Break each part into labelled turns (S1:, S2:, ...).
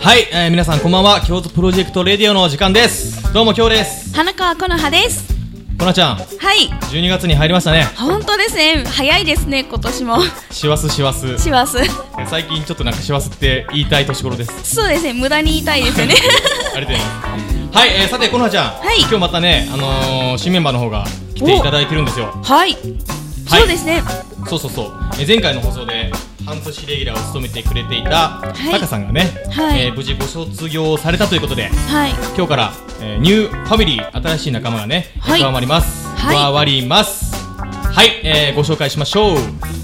S1: はい、えー、皆さんこんばんは京都プロジェクトレディオの時間ですどうも京です
S2: 花川このはです
S1: こなちゃん
S2: はい
S1: 12月に入りましたね
S2: 本当ですね早いですね今年 も
S1: 師走師走
S2: します
S1: えー最近ちょっとなんか師走って言いたい年頃です
S2: そうですね無駄に言いたいですよね
S1: ありがとうございますはい、えー、さてこなちゃん、
S2: はい
S1: 今日またねあのー、新メンバーの方が来ていただいてるんですよ
S2: はい、そうですね
S1: そうそうそう、えー前回の放送で半年レギュラーを務めてくれていた
S2: い
S1: タカさんがね、
S2: はい
S1: えー無事ご卒業されたということで
S2: はい
S1: 今日から、えーニューファミリー新しい仲間がね、
S2: はい
S1: 加わります、
S2: はい
S1: 加わりますはい、えーご紹介しましょう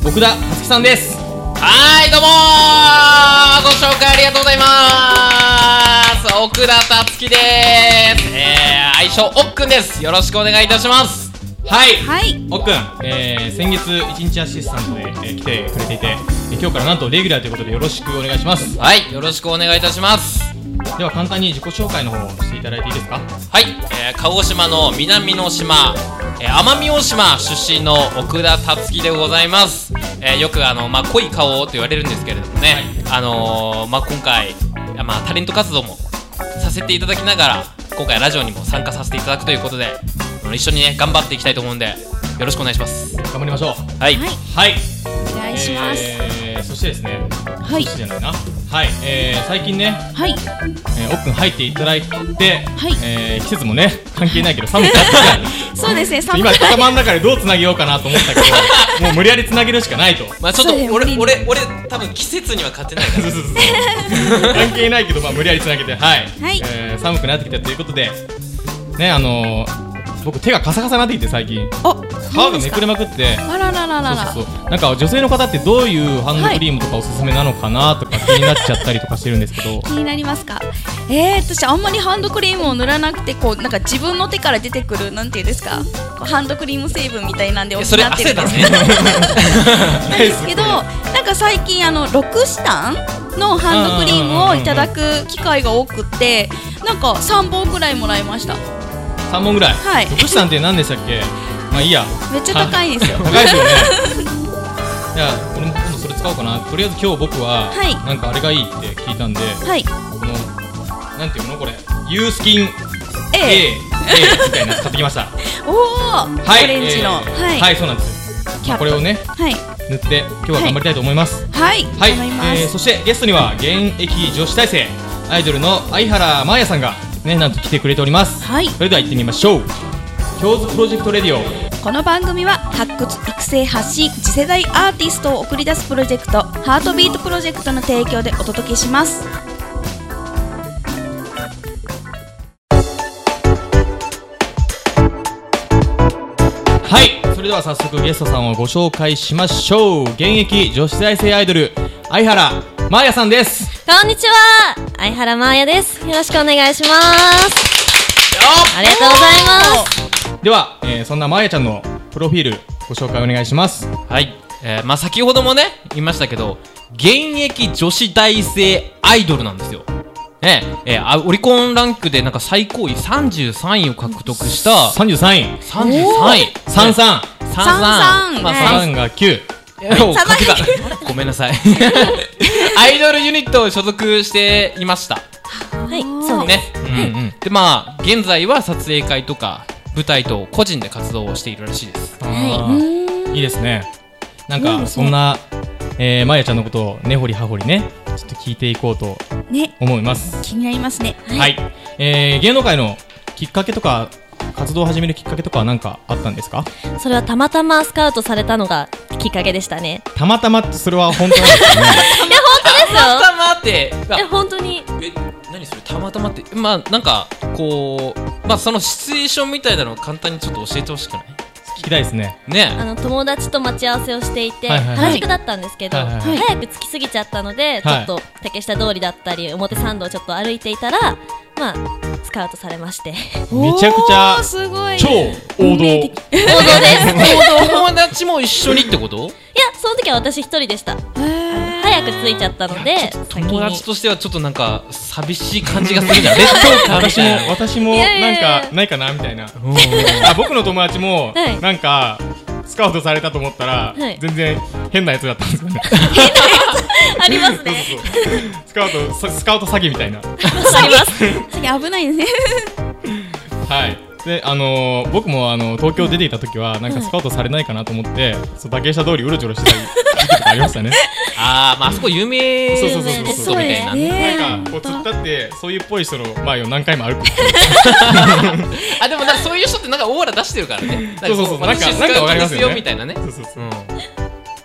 S1: 奥田はつきさんです
S3: はい、どうもーご紹介ありがとうございます奥田たつきでーすえー、愛称おっくんですよろしくお願いいたします
S1: はい、
S2: はい
S1: おっくん、えー先月一日アシスタントで、えー来てくれていて、えー今日からなんとレギュラーということでよろしくお願いします
S3: はい、よろしくお願いいたします
S1: では簡単に自己紹介の方をしていただいていいですか
S3: はい、えー、鹿児島の南の島、えー、奄美大島出身の奥田たつきでございます、えー、よくあの、まあ、濃い顔と言われるんですけれどもね、あのーまあ、今回、あまあ、タレント活動もさせていただきながら今回ラジオにも参加させていただくということであの一緒にね頑張っていきたいと思うんでよろしくお願いします
S1: 頑張りましょう
S3: はい、
S2: はい
S1: はい
S2: お願いします、
S1: えーそしてですね
S2: はい
S1: そしてじゃないなはい、えー最近ね
S2: はい
S1: えー、おっくん入っていただいて、
S2: い
S1: えー季節もね関係ないけど寒くなってき
S2: そうですね
S1: た
S2: 寒い
S1: 今頭の中でどうつなげようかなと思ったけどもう無理やりつなげるしかないと
S3: まあ、ちょっ
S2: そ
S3: と
S2: うだよ
S3: 俺
S2: 無理に
S3: 俺俺多分季節には勝てない から
S1: そうそうそうそう関係ないけど、まあ、無理やりつなげてはい、
S2: はい
S1: えー寒くなってきたということでねあのー、僕手がカサカサになってきて最近
S2: あ
S1: 皮
S2: そう
S1: が
S2: で
S1: め
S2: す
S1: く
S2: か
S1: れまくって
S2: あららららら
S1: そうそうそうなんか女性の方ってどういうハンドクリームとかおすすめなのかなとか気になっちゃったりとかしてるんですけ ど
S2: 気になりますかえー、私あんまりハンドクリームを塗らなくてこうなんか自分の手から出てくるなんていうんですかこうハンドクリーム成分みたいなんで
S3: い
S2: 補
S3: や
S2: って
S3: それ
S2: るんですけ
S3: 汗
S2: ど
S3: だね
S2: なんですけど、なんか最近あのロクシタンのハンドクリームをいただく機会が多くって、なんか三本ぐらいもらいました。
S1: 3本ぐらい、
S2: はい
S1: 徳士さんって何でしたっけまあいいや
S2: めっちゃ高いんですよ
S1: は 高いですよねいや俺も今度それ使おうかなとりあえず今日僕は、
S2: はい
S1: なんかあれがいいって聞いたんで
S2: はい、
S1: このなんていうのこれユースキン A, A,
S2: A、
S1: みたいなやつ買ってきましたは
S2: おお、
S1: い
S2: オレンジの、
S1: えー
S2: はい、
S1: はい、そうなんですよ
S2: キャップ
S1: これをね
S2: はい、
S1: 塗って今日は頑張りたいと思います
S2: はい、
S1: はい、
S2: 頑張ります。
S1: えーそしてゲストには現役女子大生アイドルの相原真彩さんがねなんと来てくれております、
S2: はい
S1: それでは行ってみましょう京都プロジェクトレディオ
S2: この番組は発掘育成発信次世代アーティストを送り出すプロジェクトハートビートプロジェクトの提供でお届けします
S1: はいそれでは早速ゲストさんをご紹介しましょう現役女子大生アイドル相原真彩さんです
S4: こんにちは相原真彩ですよろしくお願いしますありがとうございます
S1: では、えーそんな真彩ちゃんのプロフィールご紹介お願いします
S3: はい、えーまあ、先ほどもね言いましたけど現役女子大生アイドルなんですよ、ねえーあオリコンランクでなんか最高位33位を獲得した
S1: 33位
S3: 33位
S1: 33
S3: 三
S1: 三
S2: 33
S3: まあ
S2: ね
S3: 三
S1: 3が9
S3: をかけた ごめんなさいアイドルユニットを所属していました
S4: はいそうです、
S3: ね、うんうん、でまあ現在は撮影会とか舞台と個人で活動をしているらしいです
S1: はい、いいですね。なんか、そんな、えー、まやちゃんのことを根掘り葉掘りね、ちょっと聞いていこうと
S2: ね
S1: 思います。
S2: 気になりますね
S1: はい、えー芸能界のきっかけとか、活動を始めるきっかけとかは何かあったんですか
S4: それはたまたまスカウトされたのがきっかけでしたね
S1: たまたまってそれは本当なんですよね。
S4: いや本
S3: たまたまって
S4: 当ですよいや本当に
S3: え何それたまたまってまあなんかこうまあそのシチュエーションみたいなのを簡単にちょっと教えてほしくない
S1: 聞きたいですね。
S4: あ
S3: ね
S4: の友達と待ち合わせをしていて、
S1: はいはいはい
S4: 原宿だったんですけど、
S1: はいはいはい
S4: 早く着きすぎちゃったので、
S1: はい
S4: ちょっと竹下通りだったり表参道をちょっと歩いていたらまあスカウトされまして
S1: めちゃくちゃ
S2: おーすごい
S1: 超王道。
S4: 王道です いや
S3: 友達も一緒にっ てこと
S4: その時は私一人でした
S2: へ
S4: 早く着いちゃったので先に
S3: 友達としてはちょっとなんか寂しい感じがする じゃん劣等感み
S1: 私も
S3: たい、な
S1: 私も、
S4: いやいやいや
S1: なんか、ないかなみたいな。あ僕の友達も
S4: は、い
S1: なんか、スカウトされたと思ったら、
S4: はい
S1: 全然変なやつだったんですよね
S4: ありますね。
S1: スカウトさスカウト詐欺みたいな
S4: あります。
S2: 次危ないですね
S1: はいであのー僕もあの東京出ていた時はなんかスカウトされないかなと思って、そう竹下通りうろちょろしてた時期とかありま したね
S3: あーまああそこ有名
S1: そうそうそうそう
S3: スポットみたいなね
S1: なんかこう突っ立ってそういうっぽい人の前を何回も歩く
S3: あでもなんかそういう人ってなんかオーラ出してるからね
S1: そうそうそう
S3: なんか
S1: な
S3: こ
S1: んかなんかわかりますよね
S3: 私スカウトですみたいなね
S1: そうそうそううん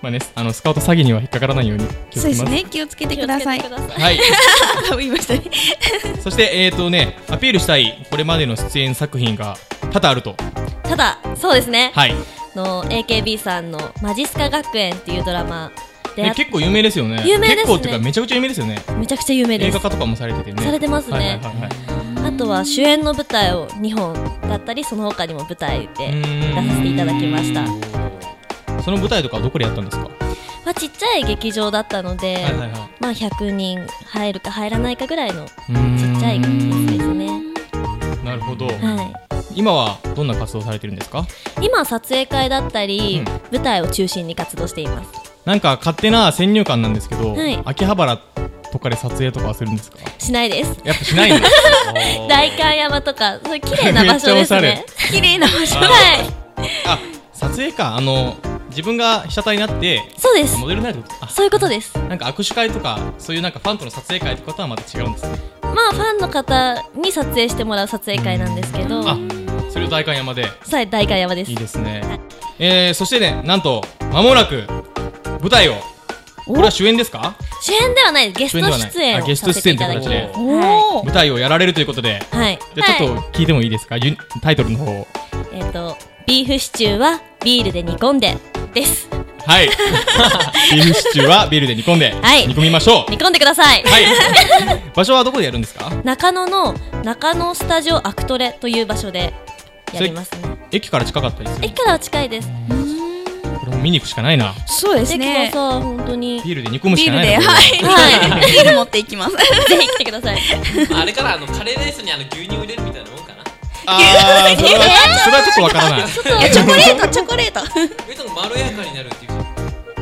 S1: まあねあのスカウト詐欺には引っかからないように気をつ
S2: そ
S1: け
S2: うで
S1: ますす
S2: ね気をつけてください
S4: 気をつけてくださ
S1: はい
S2: 多分言いましたね
S1: そしてえっ、ー、とねアピールしたいこれまでの出演作品が多々あると
S4: いただ、そうですね。
S1: はい
S4: あの AKB さんのマジスカ学園っていうドラマで、
S1: ね結構有名ですよね
S4: 有名ですね
S1: 結構っていうかめちゃくちゃ有名ですよね
S4: めちゃくちゃ有名
S1: 映
S4: で
S1: 画
S4: す。
S1: 化とかもされててね
S4: されてますね
S1: はいはいはいはい
S4: あとは主演の舞台を2本だったり、その他にも舞台で出させていただきました。ま
S1: その舞台とかはどこでやったんですか、
S4: あ、ちっちゃい劇場だったので、
S1: はいはいはい
S4: まあ100人入るか入らないかぐらいのち
S1: うーん
S4: っちゃい劇場ですね。
S1: なるほど、
S4: はい。
S1: 今はどんな活動されてるんですか
S4: 今撮影会だったり、
S1: うん
S4: 舞台を中心に活動しています
S1: なんか勝手な先入観なんですけど、
S4: はい
S1: 秋葉原とかで撮影とかはするんですか
S4: しないです
S1: やっぱしないんだ
S4: 代官山とかそういう綺麗な場所です
S1: めっ
S4: ね
S1: ち
S2: 綺麗な場所
S4: はい
S1: あ撮影かあの自分が被写体になって
S4: そうです
S1: モデルになるってことあ
S4: そういうことです
S1: なんか握手会とかそういうなんかファンとの撮影会とかとはまた違うんですね
S4: まあファンの方に撮影してもらう撮影会なんですけど
S1: あそれを代官山で
S4: さえ代官山です
S1: いいですねえー、そしてねなんと間もなく舞台をこれは主演ですか
S4: 主演ではないですゲスト
S1: 主演で
S4: 出
S1: はない
S4: 演
S1: あ
S4: を
S1: ゲスト
S4: させ
S1: 出
S4: て
S1: 演
S4: い
S1: って形
S4: ただき
S1: で
S2: おお
S1: 舞台をやられるということで
S4: はい
S1: じゃあちょっ
S4: は
S1: と聞いてもいいですか、ゆタイトルの方を
S4: い、えっ、とビーフシチューはビールで煮込んでです
S1: はいビーフシチューはビールで煮込んで、
S4: はい
S1: 煮込みましょ
S4: 煮込んでくださいう
S1: はい場所はどこでやるんですか
S4: 中野の中野スタジオアクトレという場所でやりますね
S1: 駅から近かったりする
S4: 駅からは近いです。
S1: これも見に行くしかないな
S2: そうです
S4: ね。
S2: ね
S4: さん本当 に。ぜ
S1: ビールで煮込むし
S2: ビ
S1: か
S2: ール
S1: ない
S2: で
S1: な
S2: はい、
S4: は
S2: ビール持っていきます
S4: ひ来てください。
S3: あれからあのカレーライスにあの牛乳入れるみたいなもんかな
S1: あーそれはそれはちょっとわからない
S4: ちょっ
S2: いやチョコレートチョコレート
S3: 上とのまろやかになるっていう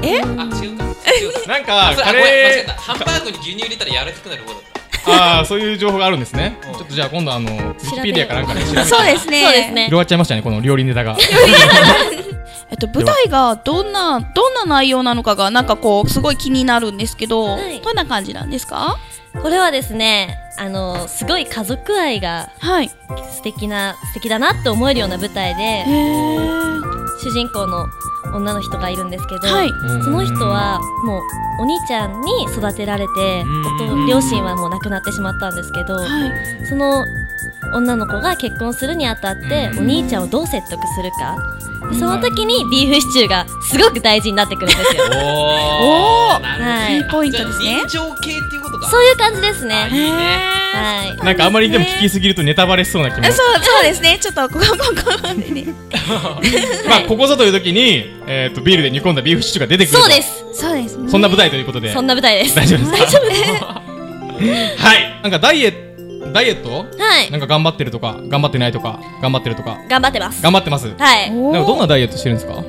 S2: え
S3: あ違うか違うか
S1: なんか
S3: あそれあ
S1: カ
S3: ご
S1: レ
S3: めん間違え
S1: ー
S3: たハンバーグに牛乳入れたら柔らかくなる方だった
S1: あーそういう情報があるんですね
S3: うん
S1: ちょっとじゃあ今度あのウィキペディアかなんかで調べて
S2: そうですね
S4: そうですね。
S1: 広がっちゃいましたねこの料理ネタが
S2: えっと、舞台がどんなどんな内容なのかがなんかこうすごい気になるんですけど、
S4: はい
S2: どんな感じなんですか
S4: これはですね、あのすごい家族愛が
S2: はいへ
S4: 素敵な素敵だなって思えるような舞台で、
S2: ー
S4: 主人公の女の人がいるんですけど、
S2: はい
S4: その人はもうお兄ちゃんに育てられて
S1: うん、
S4: お父両親はもう亡くなってしまったんですけど、
S2: はい
S4: その女の子が結婚するにあたって、
S1: うん
S4: お兄ちゃんをどう説得するか。でその時にビーフシチューがすごく大事になってくるんですよ。
S3: お
S2: おー
S3: なるほど
S4: はい
S2: いポイントですね
S3: じゃあ臨場系っていうことか
S4: そういう感じです
S3: あい
S4: ね。
S3: いね
S4: はい。
S1: なんかあまりでも聞きすぎるとネタバレしそうな気も
S2: そうそうですねちょっとここここでね
S1: まあここぞという時に、えー、とビールで煮込んだビーフシチューが出てくると
S4: そうです。
S2: そうですね
S1: そんな舞台ということで
S4: そんな舞台です。
S1: 大丈夫 ですか
S4: 大丈夫です。
S1: はいなんかダイエットダイエット
S4: はい。
S1: なんか頑張ってるとか頑張ってないとか頑張ってるとか
S4: 頑張ってます。
S1: 頑張ってますなんか
S4: はい。
S2: おー
S1: どんなダイエットしてるんですか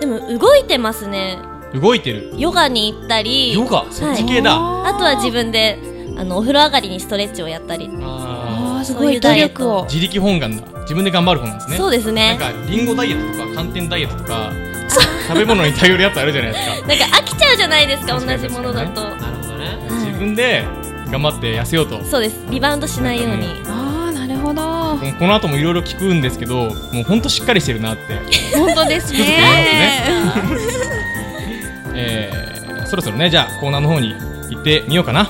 S4: でも動いてますね。
S1: 動いてる
S4: ヨガに行ったり、
S1: ヨガそっち系だ、
S2: あ
S4: あとは自分で、あの、お風呂上がりにストレッチをやったり。
S1: あ
S2: あーす
S4: そ
S2: ご
S4: うい
S2: いう努
S4: ダイエッ
S2: 力
S4: ト
S2: を
S1: ー自力本願だ自分で頑張る方なんですね
S4: そうですね。
S1: なんかリンゴダイエットとか寒天ダイエットとか食べ物に頼るやつあるじゃない ですか
S4: なんか飽きちゃうじゃないですか、
S1: 確か
S4: 同
S1: に
S4: じものだと。
S3: なるほどね
S1: 自分で頑張って痩せようと
S4: そうです。リバウンドしないように。
S2: ああなるほど
S1: もうこの後もいろいろ聞くんですけどもうほんとしっかりしてるなって、
S2: 本当ですね
S1: ねえー、そろそろねじゃあコーナーの方に行ってみようかな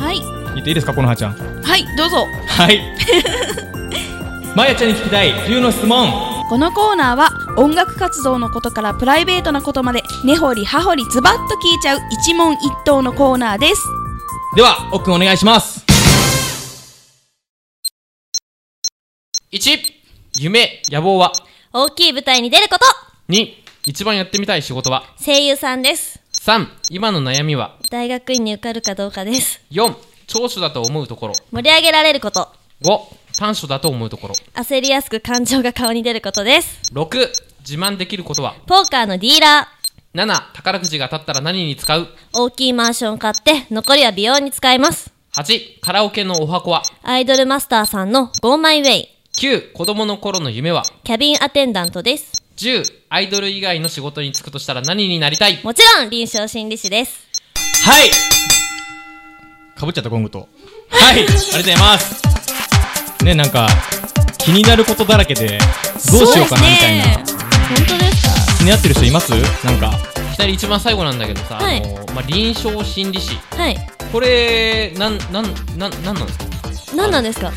S2: はい
S1: 行っていいですかこのはちゃん
S2: はいどうぞ
S1: はい まやちゃんに聞きたい冬の質問
S2: このコーナーは音楽活動のことからプライベートなことまで根掘り葉掘りズバッと聞いちゃう一問一答のコーナーです
S1: では奥くんお願いします
S3: 1夢野望は
S4: 大きい舞台に出ること
S3: 2一番やってみたい仕事は
S4: 声優さんです。
S3: 3今の悩みは
S4: 大学院に受かるかどうかです。
S3: 4長所だと思うところ
S4: 盛り上げられること。
S3: 5短所だと思うところ
S4: 焦りやすく感情が顔に出ることです。
S3: 6自慢できることは
S4: ポーカーのディーラー。
S3: 7宝くじが当たったら何に使う
S4: 大きいマンション買って、残りは美容に使います。
S3: 8カラオケのお箱は
S4: アイドルマスターさんの Go My Way。
S3: 9子供の頃の夢は
S4: キャビンアテンダントです。
S3: 10アイドル以外の仕事に就くとしたら何になりたい
S4: もちろん、臨床心理士です。
S1: はいかぶっちゃったゴングとはいありがとうございますねなんか気になることだらけでどうしようかなみたいな、
S2: そうですね
S4: 本当ですか
S1: 気になってる人いますなんか
S3: 左一番最後なんだけどさ、
S4: はい
S3: あのまあ、臨床心理士
S4: はい。
S3: これなんなんなんなんなんですか
S4: 何なんですか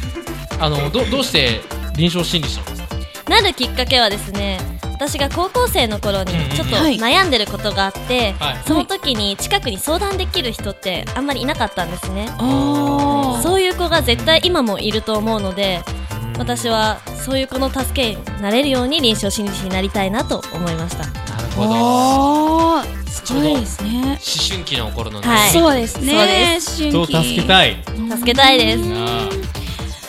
S3: あのどどうして臨床心理士なんですか
S4: なるきっかけはですね私が高校生の頃に
S3: うんうん
S4: ちょっと
S2: はい
S4: 悩んでることがあって、
S3: はい
S4: その時に近くに相談できる人ってあんまりいなかったんですね
S2: あ
S4: そういう子が絶対今もいると思うので私はそういう子の助けになれるように臨床心理士になりたいなと思いました
S3: なるほど思
S2: あーすごいですね
S3: 春期の頃のね、
S4: はい
S2: そうですね
S4: そ
S1: 人
S4: うで
S1: を助けたい
S4: 助けたいです
S1: なあ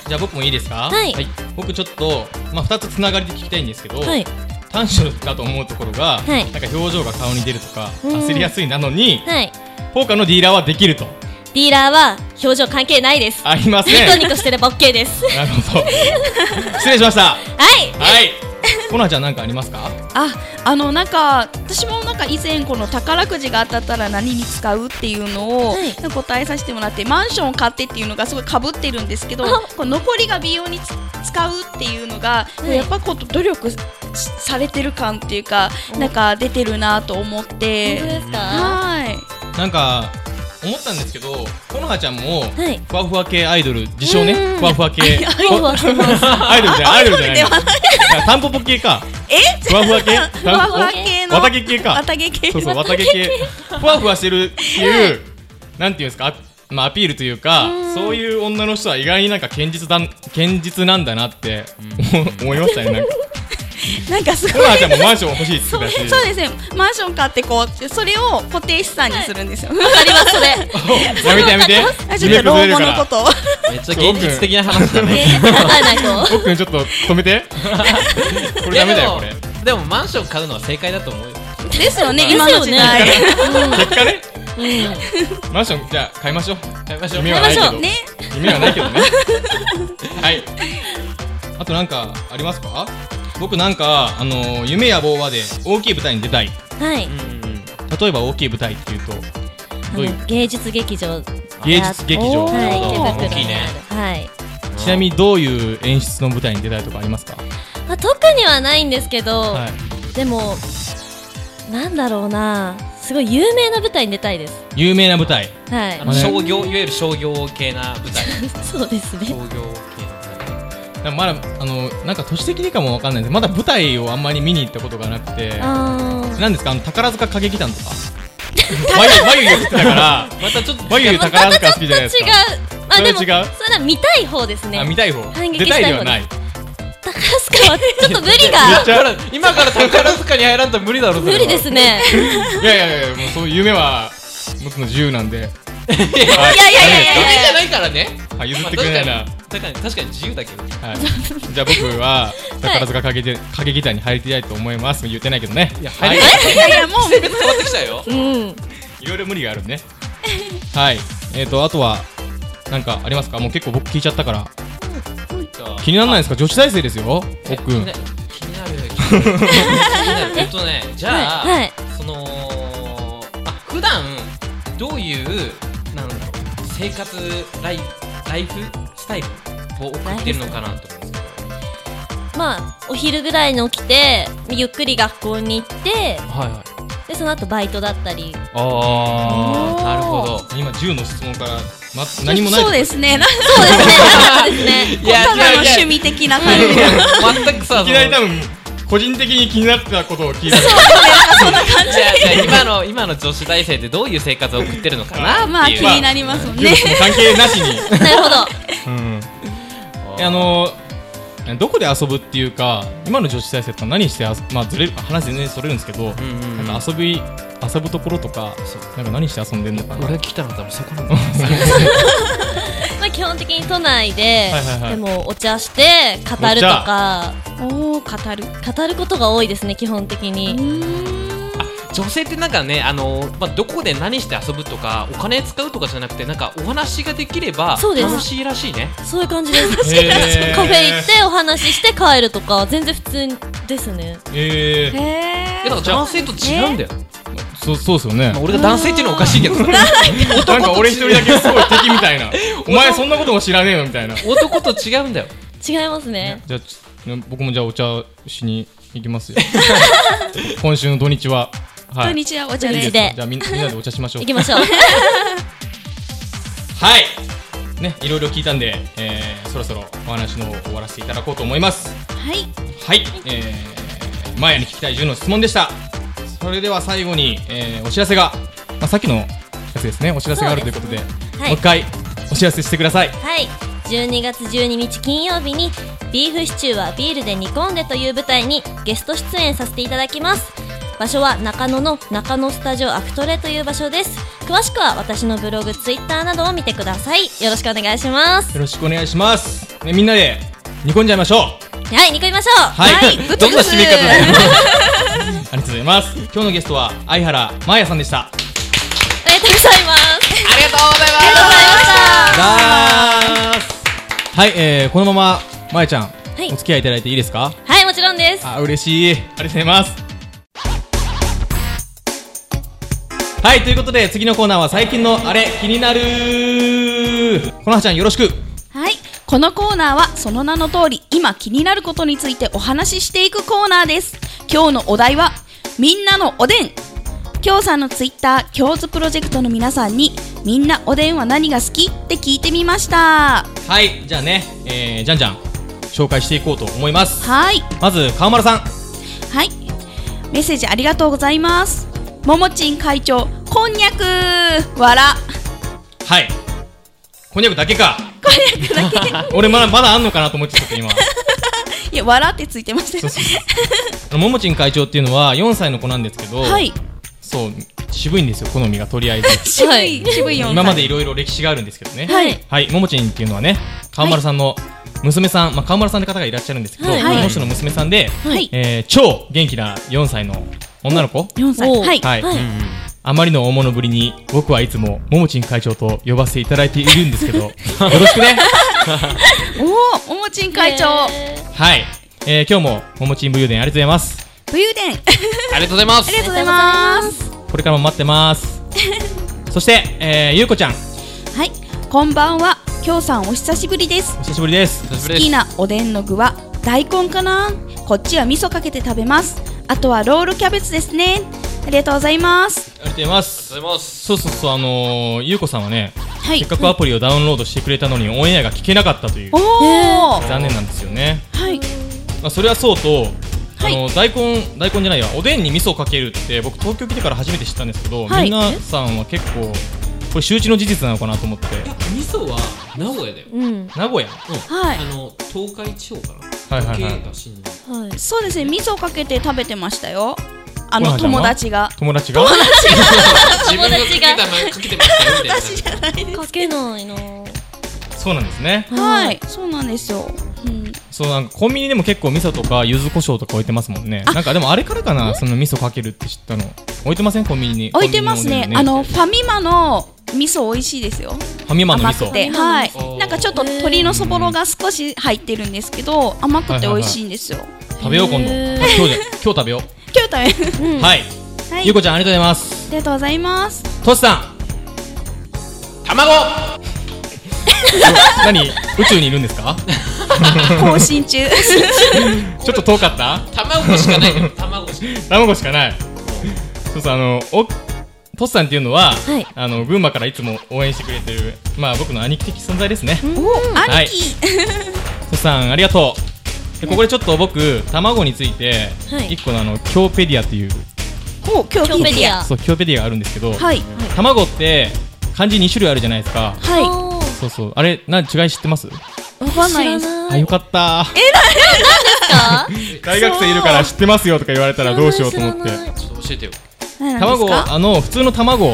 S1: じゃあ僕もいいですか
S4: はい
S3: はい
S1: 僕ちょっと、まあ、2つつながりで聞きたいんですけど、
S4: はい
S1: 短所だと思うところが、
S4: はい
S1: なんか表情が顔に出るとか
S4: うん
S1: 焦りやすいなのに
S4: はい
S1: ポーカーのディーラーはできると
S4: ディーラーは表情関係ないです
S1: ありませ
S4: ニ コ
S1: ん
S4: ニコしてれば OK です
S1: なるほど失礼しました
S4: はい
S1: はいコナちゃんなんかありますか
S2: ああのなんか私もなんか以前この宝くじが当たったら何に使うっていうのを
S4: はい
S2: なんか答えさせてもらってマンションを買ってっていうのがすごいかぶってるんですけど
S4: あ
S2: こう残りが美容につ使うっていうのが、
S4: はい
S2: やっぱこう努力しされてる感っていうか
S4: お
S2: なんか出てるなと思っ
S4: 本当
S2: て
S4: ですかは
S2: はい
S1: なんか思ったんですけどコナちゃんも
S4: い
S1: ふわふわ系アイドル自称ね
S4: うん
S1: ふわふ わ系
S4: ふわふわしてます
S1: アイドルじゃないアイドルじゃない
S2: あアイドル
S1: あタンポポ系か
S2: え
S1: ふわふわ系
S2: ふわふわ系の
S1: 綿毛系か
S2: 綿毛系
S1: そうそう、綿毛系。 ふわふわしてるっていう、なんていうんですか、あまあ、アピールというか、そういう女の人は意外になんか堅実だん、堅実なんだなって、思いましたね、なんか。
S2: なんかすご
S1: コ
S2: い
S1: ナーちゃんもマンション欲しいって言
S2: そ
S1: っ
S2: う
S1: てたし。
S2: そうですねマンション買ってこうそれを固定資産にするんです よ、
S4: わかりますそれ
S1: やめてやめて。
S2: あちょっと老後のこ
S1: ら。
S2: とを
S3: めっちゃ現実的な話だね
S4: わかんないと
S1: 奥君ちょっと止め て。これダメだよ、これ。
S3: でもでもマンション買うのは正解だと思うよ
S2: ですよね
S4: です
S2: 今
S4: よね
S2: の時代
S1: 結果ね。マンション、じゃあ買いましょう。
S3: 買いましょう
S1: 夢はないけ
S4: 買いましょ
S1: ど
S4: う。
S2: ね
S1: 夢はないけど ね。はい。あとなんかありますか？僕なんかあの夢や望はで大きい舞台に出たい。
S4: はい
S3: うん
S1: 例えば大きい舞台っていうと
S4: あ
S1: どうい
S4: の
S1: う
S4: 芸術劇場
S1: 芸術劇場。
S4: はい
S2: なるほど
S4: 池
S3: 大き
S4: 袋
S3: い
S4: に
S3: ね
S4: あるはい、
S1: ちなみにどういう演出の舞台に出たいとかありますか？
S4: まあ、特にはないんですけど、
S1: はい。
S4: でもなんだろうなすごい有名な舞台に出たいです
S1: 有名な舞台。
S4: は
S3: あ
S4: い
S3: の
S1: ね
S3: 商業いわゆる商業系な舞台
S4: そうです
S3: 商
S4: ね
S3: 業系の舞台
S1: まだあのなんか都市的にかもわかんないんです。まだ舞台をあんまり見に行ったことがなくて。
S4: あー
S1: なんですかあの宝塚歌劇団とか。眉眉毛言ってた から。
S3: またちょっと
S1: 眉毛
S4: ま
S1: 宝
S4: た
S1: 塚好
S4: ちょ
S1: きじ
S4: っと
S1: ゃ
S4: 違
S1: な
S4: う
S1: いですか。
S4: あ
S1: それ
S4: でもそれ
S1: 違う
S4: は見たい方ですね
S1: あ見たい方。
S4: 反撃
S1: 出
S4: したた
S1: い
S4: い方
S1: では ない。
S4: 高須はちょっと無理
S1: めっ
S4: が
S1: ちゃ
S3: 今から宝塚に入らんと無理だろ
S4: 無理ですね
S1: いやいやいや、もうそういう夢は持つの自由 なんで。
S3: い
S1: は
S3: や
S1: い
S4: いやいやいやいや
S3: 夢じゃないからね
S1: はい、譲ってくれないな。
S3: まあ確かに確かに確かに自由だけど
S1: はい、じゃあ僕は宝塚歌劇歌劇団に入りたいと思います。言ってないけどね。いや、はい。
S2: いやいやもう
S3: 性別変わってきたよ
S4: うん
S1: いろいろ無理があるね。はい。えっ、と、あとは、なんかありますかもう結構僕聞いちゃったから。気にならないですか女子大生ですよ。おっくん。
S3: 気になる気になる気になるえっとねじゃあ、
S4: はいはい
S3: そのあ普段どういうなんだろう生活ライライフスタイルを送ってるのかなと思うんですけ
S4: まあお昼ぐらいに起きてゆっくり学校に行って
S3: どはいはい
S4: でその後バイトだったり
S3: ああなるほど
S1: 今、10の質問から、ま、何もない。
S2: そうですねなんか
S4: そうですねなんかですね
S3: いや
S2: ただの
S3: 違う違う
S2: 趣味的な感じが
S3: 全くさ
S1: いきなり
S3: そ
S1: 多
S3: の
S1: 分、個人的に気になってたことを聞いたから。
S3: じゃあじゃあ今の今の女子大生ってどういう生活を送ってるのかなっていう
S2: まあ気になりますもん
S1: ジュ ー
S2: ね
S1: スも関係なしに。
S4: なるほど
S1: うん。
S3: あ
S1: あのー、どこで遊ぶっていうか今の女子大生とか何して遊ぶまあずれる話全然それるんですけど、
S3: んうんうん
S1: なんか遊び遊ぶところとかなんか何して遊んでんのかな
S3: 俺が聞きたかったのそこなんだ
S4: まあ基本的に都内で、
S1: はいはいはい
S4: でもお茶して語るとか
S2: おお語る
S4: 語ることが多いですね基本的
S2: う
S4: に
S2: ーん
S3: 女性ってなんかね、あのまあ、どこで何して遊ぶとかお金使うとかじゃなくてなんかお話ができれば
S4: そうです
S3: 楽しいらしいね
S4: そういう感じです
S1: しいらしいへー
S4: カフェ行ってお話しして帰るとか全然普通ですね
S1: ええ
S2: へ
S3: い
S2: ー
S3: やなんか男性と違うんだよ、
S1: そうそうですよね
S3: まあ、俺が男性っていうのはおか しいけどさ
S1: なんか俺一人だけすごい敵みたいなお前そんなことも知らねえのみたいな
S3: 男と違うんだよ
S4: 違いますね
S1: じゃあち僕もじゃあお茶しに行きますよ今週の土日はは
S2: 土
S1: い
S2: 日はお茶
S4: 土
S2: で
S4: 日
S2: す
S4: で
S1: じゃあみんみんなでお茶しましょう
S4: 行きましょう
S1: はいねいろいろ聞いたんで、えーそろそろお話の方終わらせていただこうと思います
S2: はい
S1: はい、えー、マヤに聞きたい10の質問でしたそれでは最後に、えーお知らせが、まあ、さっきのやつですねお知らせがあるということで
S4: そうですねはい
S1: もう一回お知らせしてください
S4: はい12月12日金曜日に「ビーフシチューはビールで煮込んで」という舞台にゲスト出演させていただきます場所は中野の中野スタジオアクトレという場所です詳しくは私のブログツイッターなどを見てくださいよろしくお願いします
S1: よろしくお願いします、ね、みんなで煮込んじゃいましょう
S4: はい煮込みましょう
S1: はい、
S2: グツグツ
S1: どんな締め方だよ ありがとうございます今日のゲストは相原真彩さんでした
S4: ありがとうございま
S3: あ
S4: す
S3: りがとうございます
S1: はい、えー、このまままやちゃん、
S4: い
S1: お付き合いいただいていいですか
S4: はいもちろんです
S1: あ嬉しいありがとうございますはいということで次のコーナーは最近のあれ気になるこのはちゃんよろしく
S2: はいこのコーナーはその名の通り今気になることについてお話ししていくコーナーです今日のお題はみんなのおでんきょうさんのツイッターきょうずプロジェクトの皆さんにみんなおでんは何が好きって聞いてみました
S1: はいじゃあね、えー、じゃんじゃん紹介していこうと思います
S2: はい
S1: まず川村さん
S2: はいメッセージありがとうございますももちん会長こんにゃくわら
S1: はいこんにゃくだけかこんにゃくだけ 俺まだまだあんのかなと思ってちょっと今
S2: いやわらってついてました
S1: そうそうそうあのももちん会長っていうのは4歳の子なんですけど、
S2: はい
S1: そう渋いんですよ好みがとりあえず
S2: 渋
S4: はいい
S2: 渋いよ
S1: 今までいろいろ歴史があるんですけどね
S2: はい
S1: はい、ももちんっていうのはね、川丸さんの娘さん、まあ、川丸さんって方がいらっしゃるんですけど、
S4: はい
S2: はい
S1: この人の娘さんで、
S2: はい
S1: えー超元気な4歳の女の子、
S2: 4歳
S4: おー
S2: はい
S1: はい、
S4: はい
S1: あまりの大物ぶりに、僕はいつもももちん会長と呼ばせていただいているんですけ ど、よろしくね。
S2: おおおもちん会長
S4: えー
S1: はい、えー、今日もももちん武勇伝ありがとうございます。
S2: 武勇伝
S3: ありがとうございます
S2: ありがとうございます
S1: これからも待って ます。そして、えー、ゆうこちゃん、
S2: はいこんばんはきょうさんお久しぶりです
S1: お久しぶりです。
S3: 久しぶ
S2: 好
S3: りで
S2: き
S3: す
S2: なおでんの具は大根かなこっちは味噌かけて食べますあとはロールキャベツですねありがとうございます
S1: ありがとうございます。
S3: ありがとうございます
S1: そうそうそう、あのー、ゆうこさんはね、
S2: は
S1: せ
S2: い
S1: っかくアプリをダウンロードしてくれたのに、オンエアが聞けなかったという
S2: お。お
S1: 残念なんですよね、
S2: はい
S1: まあ、それはそうと、
S2: はい
S1: あの大根大根じゃないやおでんに味噌をかけるって僕東京来てから初めて知ったんですけど、
S2: は
S1: み
S2: い
S1: んなさんは結構これ周知の事実なのかなと思って
S3: 味噌は名古屋だよ、
S4: うん
S1: 名古屋
S3: うん
S2: はい
S3: あの東海地方かな
S1: はいはいはい
S3: 時計が死んだ
S4: はい
S2: そうですね味噌かけて食べてましたよあ
S1: ご
S2: の
S1: 飯ちゃんは
S2: 友達が
S1: 友達が
S3: 自分がかけた前かけてましたよみたいな
S4: かけないな
S1: そうなんですね
S2: はいそうなんですよ、うん、
S1: そうなんかコンビニでも結構味噌とか柚子胡椒とか置いてますもんね
S2: あ
S1: なんかでもあれからかなその味噌かけるって知ったの置いてませんコンビニに
S2: 置いてますね
S1: コンビニ
S2: あ
S1: おでん
S2: のファミマの味噌美味しいですよ
S1: ファミマの
S2: 甘
S1: 味
S2: く
S1: 噌
S2: て
S4: ファミマ
S2: は
S4: の
S2: い
S4: 味
S3: 噌
S2: なんかちょっと鶏のそぼろが少し入ってるんですけど甘くて美味しいんですよ、
S1: 食べよう今度
S4: へー
S1: あ今日で今日食べよう
S2: 今日食べ
S4: うん
S1: はい
S2: はい
S1: ゆうこちゃんありがとうございます
S2: ありがとうございます
S1: としさん
S3: 卵
S1: 何宇宙にいるんですか
S2: 更 新中
S1: ちょっと遠かった
S3: 卵しかないよ卵しかない
S1: 卵しかないそうそうあのおトスさんっていうのは、
S4: はい
S1: あの群馬からいつも応援してくれてるまあ僕の兄貴的存在ですね
S2: お
S1: はい
S2: 兄貴、
S1: トスさんありがとうでここでちょっと僕卵について
S4: はい
S1: 一個のあのキョウペディアっていう
S2: お今日
S4: キョウペディア
S1: そうキョウペディアがあるんですけど、
S2: はい
S1: 卵って漢字2種類あるじゃないですか
S2: はい
S4: おー
S1: そうそうあれな違い知ってます
S4: あ
S2: わかんないです。
S1: あよかった
S4: か
S1: 大学生いるから知ってますよとか言われたらどうしようと思って
S3: ちょっと教えてよ
S2: 何なんです
S1: 卵
S2: か
S1: あの普通の卵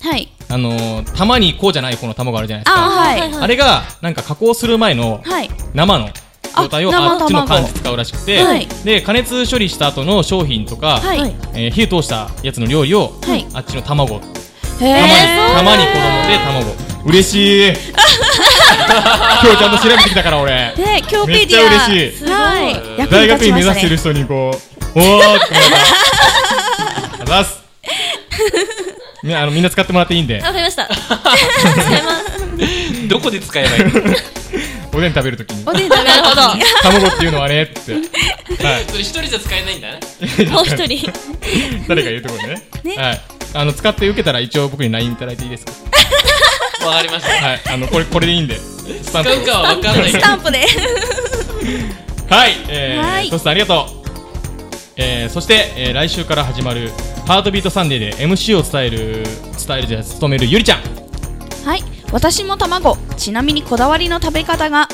S2: はい。
S1: あのー玉にこうじゃないこの卵あるじゃないですか
S2: あ、はい。
S4: い
S1: あれがなんか加工する前の
S2: はい。
S1: 生の状態を
S2: あ生
S1: あっちの
S2: 卵
S1: 感じ使うらしくて、
S2: はい
S1: で加熱処理した後の商品とか、
S2: はい。
S4: はい
S1: えー火を通したやつの料理を、
S2: はい
S1: あっちの卵
S2: へ
S1: たまに
S2: え。
S1: たまに子供で卵嬉 しい今日ちゃんと調べてきたから俺
S2: で、キョウ
S1: め
S2: ペ
S1: っ
S2: デ
S1: ち
S2: ィ
S1: ゃ
S2: ア。
S1: 嬉しい
S2: はい。役
S1: 大
S2: 立
S1: 学
S2: ち
S1: 院
S2: ま
S1: 目
S2: し
S1: 指し
S2: た
S1: て
S2: ね
S1: る人にこうおー って思ったあざっすみんなあのみんな使ってもらっていいんで
S4: わかり ました。使います。
S3: どこで使えばいい の
S1: おでん食べるときに
S2: おで ん食べるほど。
S1: 卵っていうのはね ってはい
S3: それ一人じゃ使えないんだね
S4: もう一人。
S1: 誰か言うところでね
S2: ね
S1: はいあの使って受けたら一応僕に LINE いただいていいですか
S3: わかりました
S1: はいあのこれこれでいいんでスタンプ
S3: 使うかはわかんないけ
S2: ス
S3: ど
S2: タンプで。
S1: はい、え
S2: は
S1: ー、
S2: い
S1: トスさんありがとう、えー、そして、えー、来週から始まる「ハートビートサンデー」で MC を伝える伝えるじゃ務めるゆりちゃん
S2: はい、私も卵。ちなみにこだわりの食べ方が、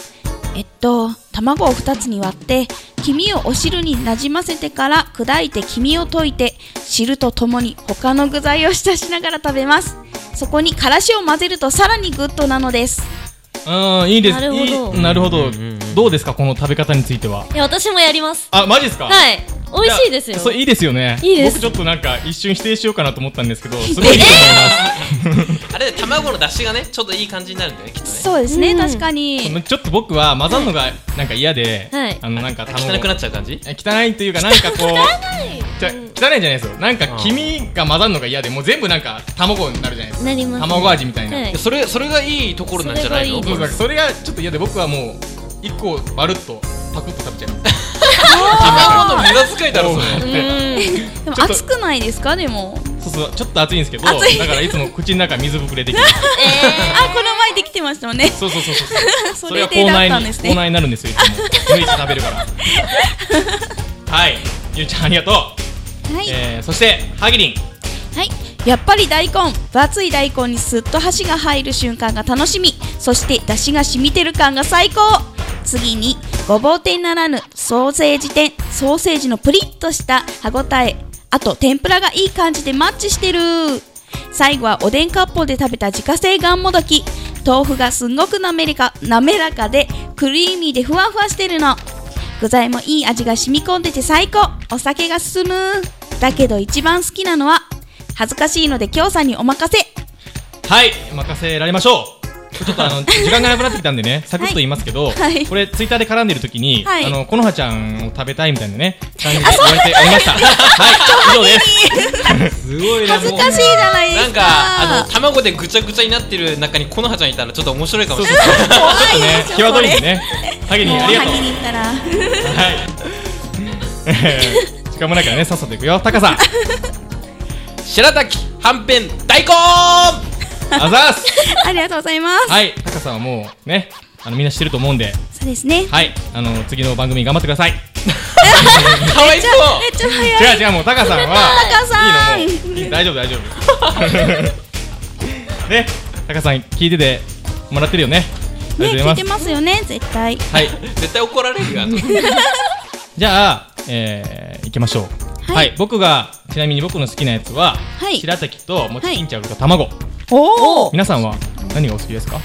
S2: えっと、卵を2つに割って、黄身をお汁になじませてから砕いて黄身を溶いて、汁とともに他の具材を浸しながら食べます。そこにからしを混ぜるとさらにグッドなのです。
S1: うんいいです
S4: なるほど
S1: いいなるほど、
S3: うんうんうん
S1: どうですかこの食べ方についてはい
S4: や、私もやります。
S1: あマジですかい
S4: はい。美味しいですよ
S1: や。そういいですよね
S4: いいで
S1: 僕
S4: す
S1: ちょっとなんか一瞬否定しようかなと思ったんですけどすごいいいと思います
S3: あれ卵の出汁がねちょっといい感じになるんだよねきっとね
S2: そうですね、
S4: うん
S2: 確か
S1: そ
S2: に。
S1: のちょっと僕は混ざるのがなんか嫌で、
S4: はい
S1: あのなんか
S3: 汚くなっ
S1: ち
S3: ちゃう感じ
S1: 汚いというかなんかこうじゃ汚いじゃないですよなんか黄身が混ざるのが嫌でもう全部なんか卵になるじゃないですか
S4: なります。
S1: 卵味みたいな、
S4: はい
S3: それそれがいいところなんじゃないの
S4: それがいい
S1: そ
S4: で
S1: うだからそれがちょっと嫌で僕はもう一個まるっとパクッと食べちゃいます
S3: 卵の無駄遣いだろそれ
S1: そう
S4: うん。
S2: でも
S1: ちょっと
S2: 熱くないですか、でも。
S1: そうそうちょっと熱いんですけど
S2: 熱い
S1: だからいつも口の中水ぶくれできる
S2: あ、この前できてましたもんね。
S1: そうそうそうそう
S2: そ
S1: それ
S2: れ
S1: は
S2: で
S1: 口
S2: だっ
S1: 内
S2: たん
S1: に
S2: です
S1: 口
S2: ね。
S1: 内になるんですよいつも毎日食べるからはいゆうちゃんありがとう、
S2: はい。
S1: えー、そしてハギリン
S2: はい、やっぱり大根分厚い大根にすっと箸が入る瞬間が楽しみそして出汁が染みてる感が最高次にごぼう天ならぬソーセージ天ソーセージのプリッとした歯ごたえあと天ぷらがいい感じでマッチしてる最後はおでんかっぽうで食べた自家製がんもどき豆腐がすんごく滑らか滑らかでクリーミーでふわふわしてるの具材もいい味が染み込んでて最高お酒が進むだけど一番好きなのは恥ずかしいので京さんにお任せ
S1: はい任せられましょうちょっとあ の時間がなくなってきたんでねサクッと言いますけど、
S2: はい
S1: これツイッターで絡んでる時に、
S2: はい
S1: あのこのはちゃんを食べたいみたいなね感じで言われており ましたはい以上ですすごいね
S2: 恥ずかしいじゃないで
S3: な
S2: す
S3: ん
S2: か
S3: かあの卵でぐちゃぐちゃになってる中にこのはちゃんいたらちょっと面白いかもしれない
S1: ちょっとね、際どいんでね。ハゲにありがとう。は
S2: もう萩に行ったら
S1: い。えー 時間もないからね、さっさといくよ。タカさ ん、
S3: 白滝はんぺん大根
S1: あざーす。
S2: ありがとうございます、
S1: はい、タカさんはもうね、あのみんな知ってると思うんで、
S2: そうですね
S1: はい、あの次の番組頑張ってください。
S3: かわいそう
S2: めっちゃ早
S1: 違
S2: い
S1: う違う、もうタカさんは
S2: タカさん
S1: いいのもういい大丈夫 大丈夫。ね、タカさん聞いててもらってるよね。ありがとうござ
S2: ね聞
S1: い
S2: い
S1: ま
S2: て
S1: す。
S2: ますよね絶対
S1: はい、
S3: 絶対怒られるよあと
S1: じゃあ、えー、行きましょう。
S2: は
S1: はいい、僕がちなみに僕の好きなやつは、
S2: はい
S1: 白滝ともち巾着と卵。
S2: おお
S1: 皆さんは何がお好きですか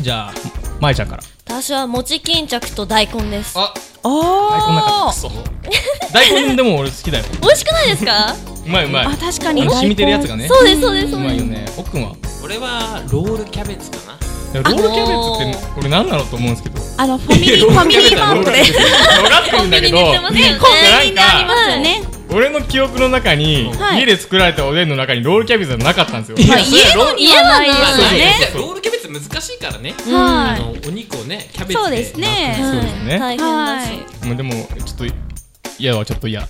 S1: じゃあまえちゃんから
S4: 私は餅巾着と大根です。
S1: あ大根なか
S2: お
S1: っ
S2: お
S1: た大根でも俺好きだよ
S4: 美味しくないですか？
S1: うまいうまい
S2: あ確かに
S1: あの染みてるやつがね
S4: そうですそうです
S1: う
S4: そう
S1: まい
S4: で
S1: よ
S4: す。
S1: ね奥くんは
S3: 俺はロールキャベツかない
S1: やロールキャベツってこれ何なのと思うんですけど
S2: あのファミリー
S1: ロ
S2: フ
S1: ー
S2: ァ
S1: ル
S2: ミ
S1: キャベ
S2: リ
S1: ツ
S2: ーマ
S1: はロ
S2: ー
S1: ー
S2: ト
S1: ル
S2: で
S1: キャベツ分かってるんだけど
S4: コンビニで売ってますよね
S2: コンビニにありますよね
S1: 俺の記憶の中に
S2: はい
S1: 家で作られたおでんの中にロールキャベツはなかったんですよ
S2: まあ
S3: いや
S2: 家のにはないです
S3: ま
S2: よ
S3: あね
S2: ね
S3: いやロールキャベツ難しいからね
S4: ん
S3: あ
S2: は
S3: のお肉をねキャ
S2: い
S3: ベツで
S2: そうですね
S1: そうですね
S4: はい大変だし。
S1: まあでもちょっと嫌はちょっと嫌
S2: いや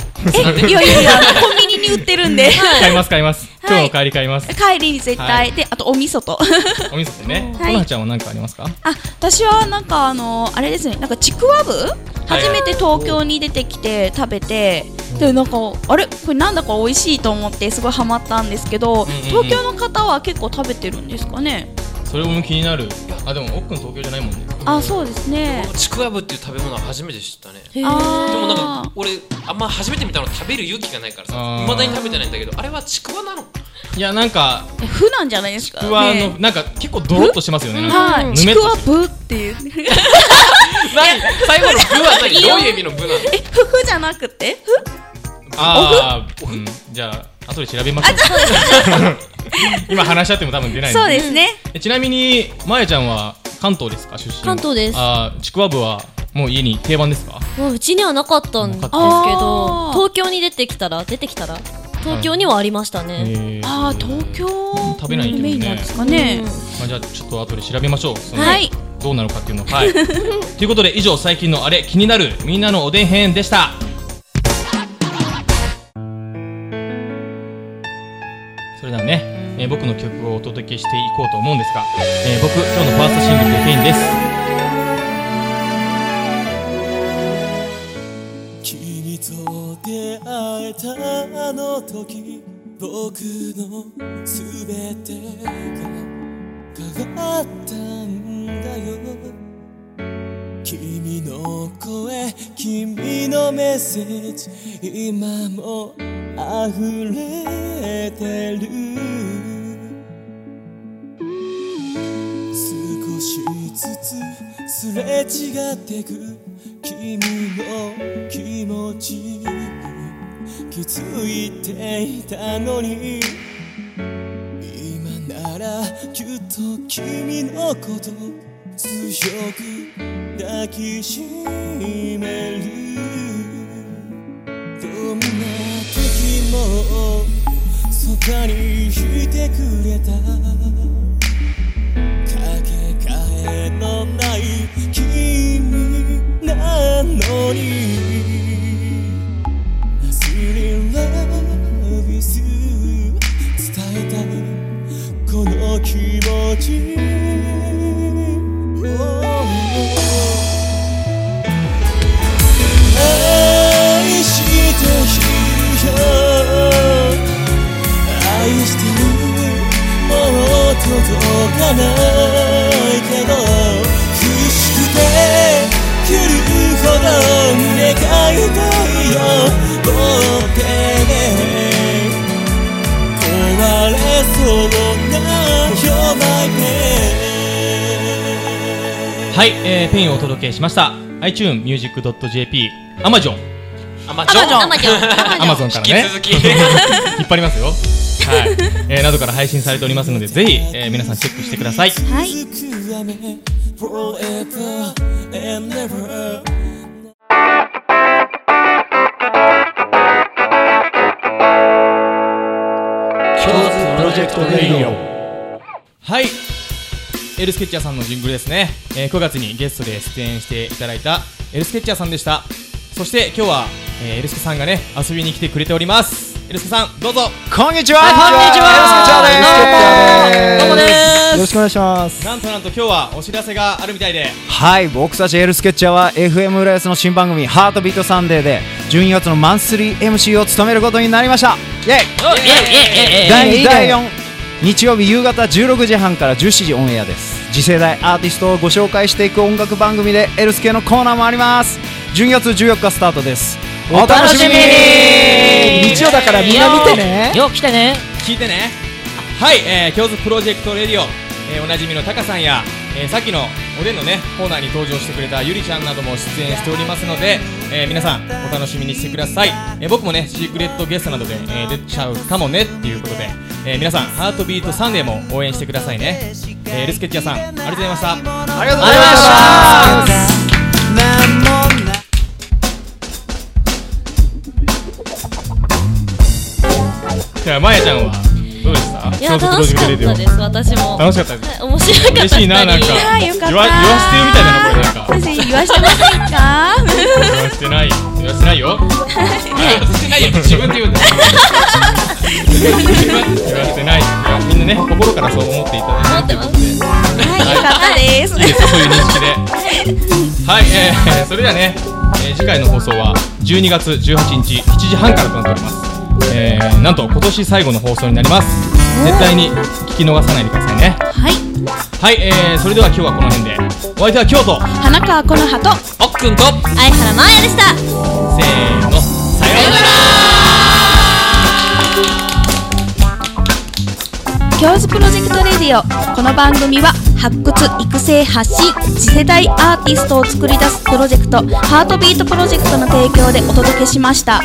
S2: いやいや、コンビニに売ってるんで。
S1: 買います買います
S2: はい
S1: 今日の帰り買います
S2: 帰りに絶対、
S1: はい
S2: であとお味噌と
S1: お味噌とね
S2: はい
S1: こなちゃんは何かありますか
S2: あ私はなんかあのあれですねなんかちくわぶ、初めて東京に出てきて食べてでなんかあれこれなんだか美味しいと思ってすごいハマったんですけど、
S1: んうん
S2: 東京の方は結構食べてるんですかね
S1: それも気になるあでも奥くん東京じゃないもんね
S2: あ、そうですね。
S3: ちくわぶっていう食べ物は初めて知ったね
S4: へー
S2: あー
S3: でもなんか俺あんま初めて見たの食べる勇気がないからさ
S1: あー
S3: いまだに食べてないんだけどあれはちくわなの
S1: いやなんか
S2: 負なんじゃないですか。
S1: ちくわの
S2: ね
S1: なんか結構ドロッとしてますよねなんか
S2: は
S1: ぬ
S2: い。
S1: めっとし
S2: ち
S1: て
S2: くわぶっていう。
S3: 何最後の「ぶ」は何どういう意味の「ぶ」なの
S2: え、ふふじゃなくてふ
S1: ああ、うん、じゃあ後で調べましょう 今話し合っても多分出ないん
S2: そうですね。
S1: えちなみにまやちゃんは関東ですか出身
S4: 関東です
S1: あーちくわぶはもう家に定番ですか
S4: もううちにはなかったんですけ
S1: な
S4: ど
S2: かった
S4: 東京に出てきたら出てきたら東京にはありましたね、
S1: えー
S2: ああ、東京
S1: 食べないけどね
S2: メインなんですかね。
S1: まあ、じゃあちょっと後で調べましょうその
S2: はい
S1: どうなのかっていうのをはいということで以上最近のあれ気になるみんなのおでん編でしたそれではね、えー僕の曲をお届けしていこうと思うんですが、えー僕今日のファーストシングル「コケイン」です
S5: 君と出会えたあの時僕の全てが変わったんだよ君の声君のメッセージ今も溢れてる少しずつすれ違ってく君の気持ちに気づいていたのに今ならきっと君のこと強く抱きしめるどんな時もそばにいてくれたかけがえのない君なのに I still love you 伝えたいこの気持ち Oh 愛しているよ愛してるもう届かないけど苦しくて来るほど願いたいよもう手で壊れそうな You're my man
S1: はい、えーペインをお届けしました iTunemusic.jp アマジョン
S3: あまあジョン
S4: アマジョン
S1: アマゾンからね
S3: 引き続き
S1: 引っ張りますよはい、えーなどから配信されておりますのでぜひ、えー皆さんチェックしてください
S2: はい。
S5: Forever and ever
S1: はいエルスケッチャーさんのジングルですね、えー9月にゲストで出演していただいたエルスケッチャーさんでしたそして今日は、えーエルスケさんがね遊びに来てくれておりますエルスケさんどうぞ
S6: こんにちは。こん
S1: にちは
S6: どうも
S2: です
S6: よろしくお願いします。
S1: なんとなんと今日はお知らせがあるみたいで
S6: はい、僕たちエルスケッチャーは FM 浦安の新番組ハートビートサンデーで12月のマンスリー MC を務めることになりました。イェイ。第2第4日曜日夕方16時半から17時オンエアです次世代アーティストをご紹介していく音楽番組でエルスケのコーナーもあります12月14日スタートですお楽しみに日曜だからみんな見てね
S7: よう来てね
S1: 聞いてねはい、えー、京都プロジェクトレディオ、えーおなじみのタカさんや、えーさっきのおでんのねコーナーに登場してくれたゆりちゃんなども出演しておりますので、えー皆さんお楽しみにしてください、えー僕もねシークレットゲストなどで、えー出ちゃうかもねっていうことで、えー皆さんハートビートサンデーも応援してくださいね、えーエルスケッチャーさんありがとうございました
S6: ありがとうございました
S1: じゃあまやちゃんはどうでした
S4: いや楽しかったです私も
S1: 楽しかったです
S4: はい面白かった
S1: 嬉しいななんか
S4: 二人
S2: あーよかった
S1: 言わ言わしてるみたいだなこれなんか
S2: 先生言わしてませんか
S1: 言わしてない言わしてないよ言わしてないよ自分で言うんだよ言わしてないみんなね心からそう思っていただいてるということ
S2: はい、よかったです。
S1: でいいですよそういう認識ではい、えー、それではね、えー次回の放送は12月18日7時半からとなっておりますえー、なんと今年最後の放送になります絶対に聞き逃さないでくださいね
S2: はい、
S1: はい、えー、それでは今日はこの辺でおお相手は京都
S2: 花川この葉と
S3: おっくんと
S4: 相原真彩でし
S3: せ
S4: た
S3: ーのさような
S2: 教授プロジェクトレディオこの番組は発掘育成発信次世代アーティストを作り出すプロジェクトハートビートプロジェクトの提供でお届けしました。